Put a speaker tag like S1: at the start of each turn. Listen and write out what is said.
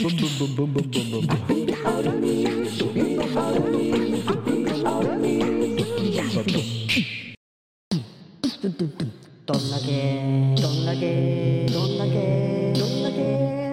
S1: Boom, boom, boom, boom, boom, boom, boom, boom.
S2: どんだけどんだけどんだけどんだけ